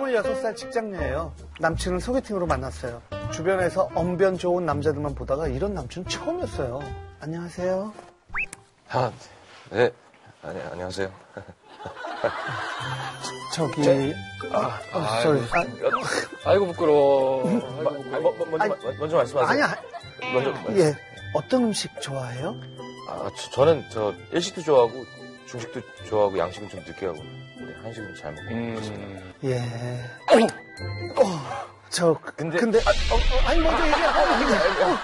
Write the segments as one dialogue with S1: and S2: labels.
S1: 26살 직장녀예요. 남친을 소개팅으로 만났어요. 주변에서 언변 좋은 남자들만 보다가 이런 남친 처음이었어요. 안녕하세요.
S2: 아, 네. 아니, 안녕하세요.
S1: 저기 아, 어, sorry.
S2: 아이고,
S1: 아,
S3: 아이고 부끄러워.
S2: 마- 아, 뭐- 뭐- 먼저,
S1: 아니,
S2: 마- 먼저 말씀하세요.
S1: 아니야.
S2: 먼저.
S1: 예. 어떤 음식 좋아해요?
S2: 아, 저, 는저 일식도 좋아하고 중식도 좋아하고 양식은 좀 늦게 하고 네, 한식은 잘 먹고 그렇습니다.
S3: 음.
S1: 예. 어, 저 근데
S2: 근데-
S1: 근데 아, 니 먼저 얘기해.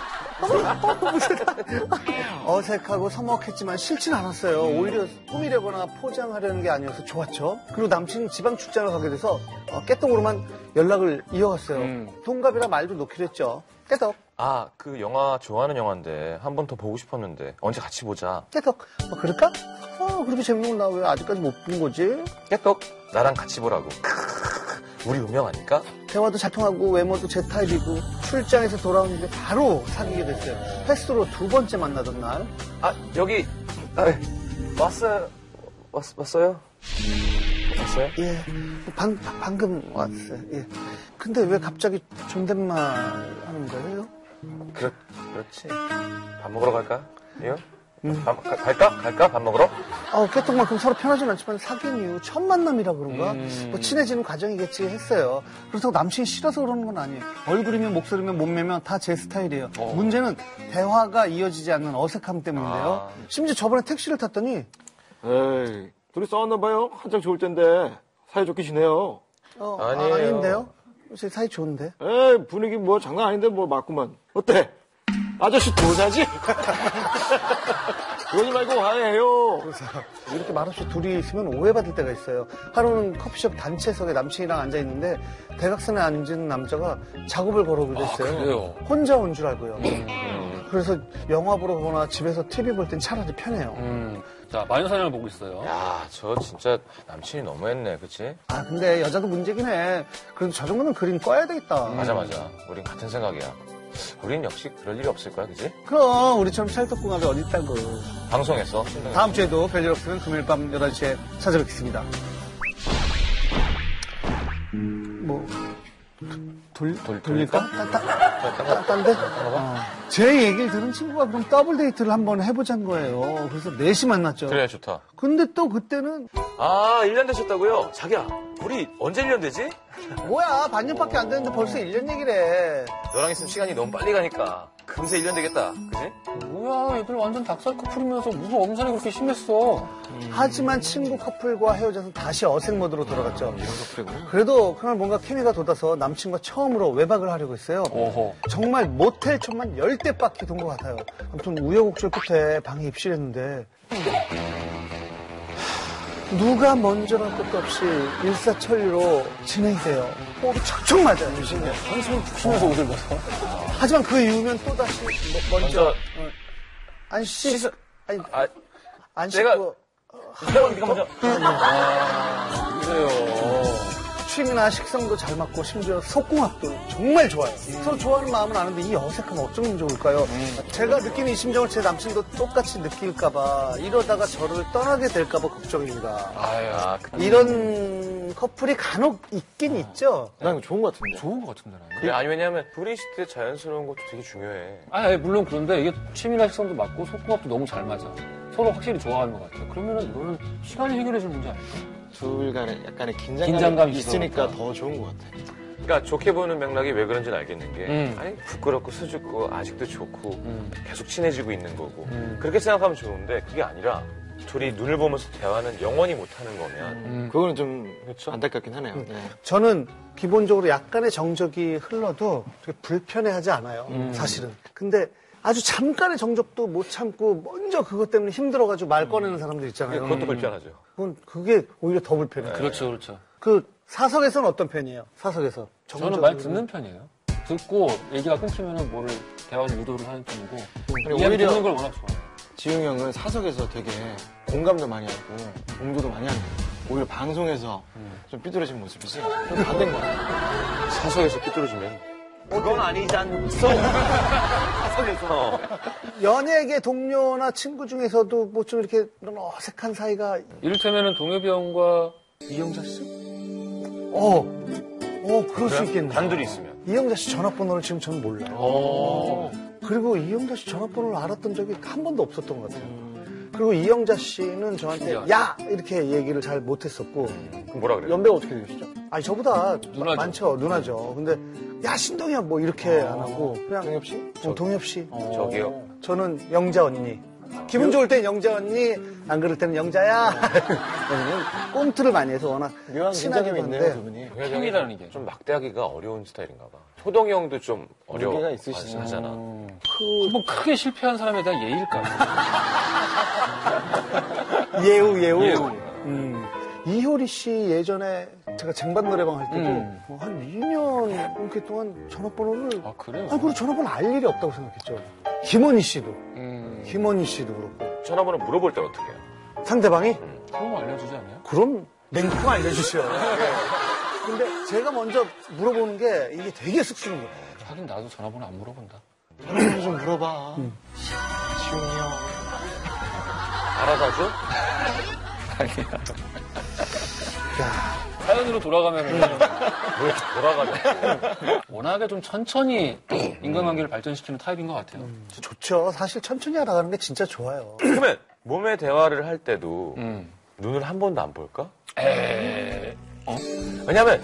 S1: 어색하고 서먹했지만 싫진 않았어요. 오히려 꾸미려거나 포장하려는 게 아니어서 좋았죠. 그리고 남친은 지방 출장을 가게 돼서 어, 깨똥으로만 연락을 이어갔어요.
S3: 음.
S1: 동갑이라 말도 놓기로 했죠. 깨떡,
S2: 아, 그 영화 좋아하는 영화인데 한 번 더 보고 싶었는데 언제 같이 보자.
S1: 깨떡. 어, 그럴까? 어, 그렇게 재밌는 건 나 왜 아직까지 못 본 거지?
S2: 깨떡 나랑 같이 보라고. 크으, 우리 운명 아닐까?
S1: 대화도 잘 통하고 외모도 제 타입이고 출장에서 돌아오는데 바로 사귀게 됐어요. 횟수로 두 번째 만나던 날
S2: 아, 여기 아, 왔어요. 왔, 왔어요? 왔어요?
S1: 예, 방, 방- 방금 왔어요. 예. 근데 왜 갑자기 존댓말 하는 거예요?
S2: 그렇, 그렇지. 밥 먹으러 갈까? 이요? 밥, 가- 갈까? 갈까? 밥 먹으러?
S1: 어, 깨통만큼 서로 편하진 않지만 사귄 이후 첫 만남이라 그런가?
S3: 음.
S1: 뭐 친해지는 과정이겠지 했어요. 그렇다고 남친이 싫어서 그러는 건 아니에요. 얼굴이면 목소리면 몸매면 다 제 스타일이에요.
S3: 어.
S1: 문제는 대화가 이어지지 않는 어색함 때문인데요.
S2: 아.
S1: 심지어 저번에 택시를 탔더니
S4: 에이, 둘이 싸웠나봐요. 한창 좋을 텐데. 사이좋게 지내요.
S1: 어,
S2: 아니에요.
S1: 아닌데요? 제 사이 좋은데?
S4: 에이, 분위기 뭐 장난 아닌데 뭐 맞구만. 어때? 아저씨 도사지? 그러지 말고 화해해요.
S1: 이렇게 말없이 둘이 있으면 오해받을 때가 있어요. 하루는 커피숍 단체석에 남친이랑 앉아 있는데 대각선에 앉은 남자가 작업을 걸어오게
S2: 아,
S1: 됐어요.
S3: 그래요?
S1: 혼자 온 줄 알고요.
S2: 음,
S1: 그래서 영화 보러 보거나 집에서 TV 볼 땐 차라리 편해요.
S3: 음. 자 마녀 사냥을 보고 있어요.
S2: 야, 저 진짜 남친이 너무했네, 그치?
S1: 아 근데 여자도 문제긴 해. 그래도 저 정도는 그림 꺼야 되겠다.
S2: 맞아, 맞아. 우린 같은 생각이야. 우린 역시 그럴 일이 없을 거야, 그치?
S1: 그럼 우리처럼 찰떡궁합이 어딨다고.
S2: 방송에서.
S1: 다음 주에도 별일 없으면 금요일 밤 11시에 찾아뵙겠습니다. 뭐 돌,
S2: 돌-
S1: 돌릴까?
S2: 돌릴까?
S1: 따- 따- 딴- 딴데? 어. 제 얘기를 들은 친구가 그럼 더블 데이트를 한번 해보자는 거예요. 그래서 넷이 만났죠.
S2: 그래, 좋다.
S1: 근데 또 그때는
S2: 아, 1년 되셨다고요? 자기야, 우리 언제 1년 되지?
S1: 뭐야 반년밖에 안 됐는데 벌써 1년 얘기를 해.
S2: 너랑 있으면 시간이 너무 빨리 가니까. 금세 1년 되겠다, 그치?
S3: 뭐야 얘들 완전 닭살 커플이면서 무슨 엄살이 그렇게 심했어.
S2: 음.
S1: 하지만 친구 커플과 헤어져서 다시 어색 모드로
S2: 음,
S1: 돌아갔죠. 그래도 그날 뭔가 케미가 돋아서 남친과 처음으로 외박을 하려고 했어요.
S3: 어허.
S1: 정말 모텔 총만 열대 바퀴 돈 것 같아요. 아무튼 우여곡절 끝에 방에 입실했는데 누가 먼저란 것도 없이 일사천리로 진행이 돼요. 호흡이 척척 맞아요.
S3: 한숨을 푹 쉬면서 옷을 벗어.
S1: 하지만 그 이후면 또다시 뭐- 먼저
S2: 먼저,
S1: 안 씻어 아니
S2: 아,
S1: 안
S2: 내가-
S1: 씻고
S2: 네가 먼저.
S3: 그래요.
S1: 취미나 식성도 잘 맞고 심지어 속궁합도 정말 좋아요. 서로 좋아하는 마음은 아는데 이 어색함 어쩌면 좋을까요?
S2: 음.
S1: 제가 느끼는 이 심정을 제 남친도 똑같이 느낄까봐 이러다가 저를 떠나게 될까봐 걱정입니다.
S2: 아야, 음.
S1: 이런 커플이 간혹
S2: 아.
S1: 있긴 있죠.
S4: 난 이거 좋은 것 같은데.
S3: 좋은 것 같은데 나는.
S2: 그래, 아니 왜냐면 둘이 있을 때 자연스러운 것도 되게 중요해.
S3: 아, 예, 물론 그런데 이게 취미나 식성도 맞고 속궁합도 너무 잘 맞아. 서로 확실히 좋아하는 것 같아. 그러면은 이거는 시간이 해결해 줄 문제 아닐까?
S4: 둘 간에 약간의 긴장감이,
S3: 긴장감이
S4: 있으니까
S3: 있어.
S4: 더 좋은 것 같아.
S2: 그러니까 좋게 보는 맥락이 왜 그런지는 알겠는 게
S3: 음.
S2: 아니 부끄럽고 수줍고 아직도 좋고
S3: 음.
S2: 계속 친해지고 있는 거고
S3: 음.
S2: 그렇게 생각하면 좋은데 그게 아니라 둘이 눈을 보면서 대화는 영원히 못하는 거면
S4: 음. 그거는 좀
S2: 그쵸?
S4: 안타깝긴 하네요. 네.
S1: 저는 기본적으로 약간의 정적이 흘러도 되게 불편해하지 않아요.
S2: 음.
S1: 사실은. 근데 아주 잠깐의 정적도 못 참고 먼저 그것 때문에 힘들어가지고 말 꺼내는 사람들
S2: 음. 예, 그게
S1: 있잖아요.
S2: 그것도 불편하죠.
S1: 그건 그게 오히려 더 불편해요.
S3: 그렇죠, 그렇죠.
S1: 그 사석에서는 어떤 편이에요? 사석에서
S3: 저는 말 듣는 편이에요. 듣고 얘기가 끊기면은 뭐를 대화를 유도를 하는 편이고
S4: 아니,
S3: 이야기
S4: 오히려-
S3: 듣는 걸 워낙 좋아해요.
S4: 지웅이 형은 사석에서 되게 공감도 많이 하고 공조도 많이 하는 거예요. 오히려 방송에서 좀 삐뚤어진 모습이 좀 반대인 것 같아요.
S2: 사석에서 삐뚤어지면 그건 아니지 않소. 사석에서
S1: 연예계 동료나 친구 중에서도 뭐 좀 이렇게 이런 어색한 사이가
S3: 이를테면은 동엽이 형과
S1: 이영자 씨? 어 오, 그럴 수 있겠네.
S2: 단둘이 있으면.
S1: 이영자 씨 전화번호를 지금 저는 몰라요.
S3: 어.
S1: 그리고 이영자 씨 전화번호를 알았던 적이 한 번도 없었던 것 같아요. 그리고 이영자 씨는 저한테 야 이렇게 얘기를 잘 못했었고
S2: 그럼 뭐라 그래요?
S4: 연배가 어떻게 되시죠?
S1: 아니 저보다
S3: 누나죠.
S1: 많죠 누나죠. 근데 야 신동엽 뭐 이렇게 안 하고 그냥
S4: 동엽 씨?
S1: 어, 동엽 씨
S2: 저기요.
S1: 저는 영자 언니. 기분 좋을 땐 영자 언니, 안 그럴 때는 영자야. 왜냐면 꽁트를 많이 해서 워낙
S4: 묘한
S1: 친하게
S4: 긴장감이 있네요,
S1: 봤는데
S4: 두 분이.
S3: 팀이라는 게.
S2: 좀 막대하기가 어려운 스타일인가 봐. 호동이 형도 좀 어려워.
S4: 무게가 있으시죠.
S2: 하잖아.
S3: 한번 크게 실패한 사람에 대한 예의일까?
S1: 예우 예우.
S3: 예우.
S1: 음. 이효리 씨 예전에 제가 쟁반 노래방 할 때도
S3: 음.
S1: 뭐한 2년 이렇게 동안 전화번호를
S3: 아, 그래요?
S1: 아니 그리고 전화번호 알 일이 없다고 생각했죠. 김원희 씨도
S3: 음.
S1: 김원희 씨도 그렇고
S2: 전화번호 물어볼 때 어떻게 해요?
S1: 상대방이
S3: 그런 거 알려주지 않아요?
S1: 그럼 냉큼 알려주세요. 근데 제가 먼저 물어보는 게 이게 되게 쑥스러운 거예요.
S3: 하긴 나도 전화번호 안 물어본다.
S4: 전화번호 음. 좀 물어봐. 지웅이 형.
S2: 알아서 하죠?
S3: 사연으로 돌아가면
S2: 뭘 돌아가자.
S3: 워낙에 좀 천천히 인간관계를 발전시키는 타입인 것 같아요.
S1: 음. 좋죠. 사실 천천히 하라는 게 진짜 좋아요.
S2: 그러면 몸의 대화를 할 때도
S3: 음.
S2: 눈을 한 번도 안 볼까?
S3: 에...
S2: 왜냐면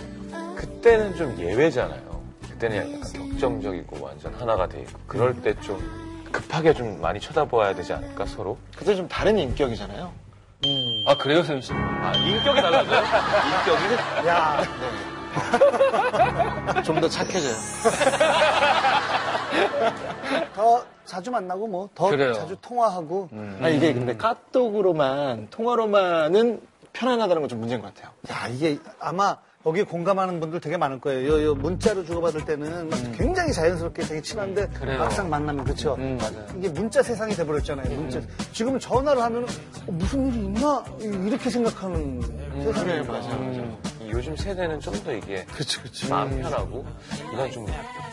S2: 그때는 좀 예외잖아요. 그때는 약간 격정적이고 완전 하나가 돼 있고 그럴 때 좀 급하게 좀 많이 쳐다봐야 되지 않을까 서로?
S4: 그때 좀 다른 인격이잖아요.
S3: 아, 그래요, 세윤 씨?
S2: 아 인격이 달라져요? 인격이?
S1: 야,
S4: 좀 더 착해져요.
S1: 더 자주 만나고 뭐 더
S3: 그래요.
S1: 자주 통화하고
S4: 아, 이게 근데 카톡으로만, 통화로만은 편안하다는 건 좀 문제인 것 같아요.
S1: 야 이게 아마 여기 공감하는 분들 되게 많을 거예요. 요, 요 문자로 주고받을 때는 막 굉장히 자연스럽게 되게 친한데
S3: 음. 그래요. 음,
S1: 막상 만나면 그렇죠.
S3: 맞아요. 음.
S1: 이게 문자 세상이 돼버렸잖아요. 문자 지금 전화를 하면 무슨 일이 있나 이렇게 생각하는
S3: 음,
S1: 세상이에요.
S4: 음.
S2: 음. 요즘 세대는 좀 더 이게
S1: 그렇죠, 그렇죠.
S2: 마음 편하고 이건 좀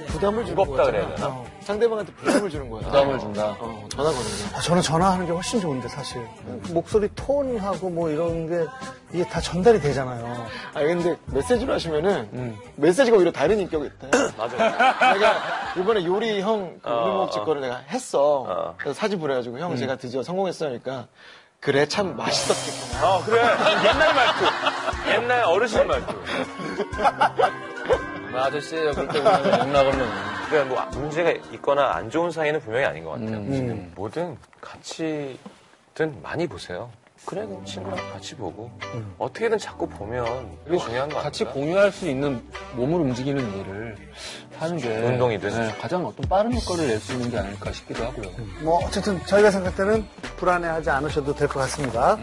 S4: 부담을 주는
S2: 무겁다
S4: 거잖아.
S2: 그래야 되나?
S4: 어. 상대방한테 부담을 주는 거야.
S3: 부담을 준다.
S4: 어, 전화 거는 거.
S1: 아, 저는 전화하는 게 훨씬 좋은데 사실
S3: 음.
S1: 목소리 톤하고 뭐 이런 게 이게 다 전달이 되잖아요.
S4: 아 근데 메시지로 하시면은 메시지가 오히려 다른 인격이 있다.
S2: 맞아.
S4: 내가 이번에 요리 형그
S2: 어,
S4: 우리목집
S2: 어.
S4: 거를 내가 했어.
S2: 어.
S4: 그래서 사진 보내가지고 형 제가 드디어 성공했어 하니까 그래 참 맛있었겠구나.
S2: 어 그래 옛날 말투 옛날 어르신 말투.
S3: 아저씨, 그때 욕 나가면.
S2: 그러니까 뭐 문제가 있거나 안 좋은 사이는 분명히 아닌 것 같아요.
S3: 음.
S2: 지금 뭐든 같이든 많이 보세요. 그래 그럼 친구랑 같이 보고 어떻게든 자꾸 보면 그게 중요한 거
S3: 음. 어, 같이
S2: 같아요.
S3: 공유할 수 있는 몸을 움직이는 일을 하는 게 네,
S2: 운동이 돼서.
S3: 가장 어떤 빠른 효과를 낼 수 있는 게 아닐까 싶기도 하고요.
S1: 뭐 어쨌든 저희가 생각할 때는 불안해하지 않으셔도 될 것 같습니다.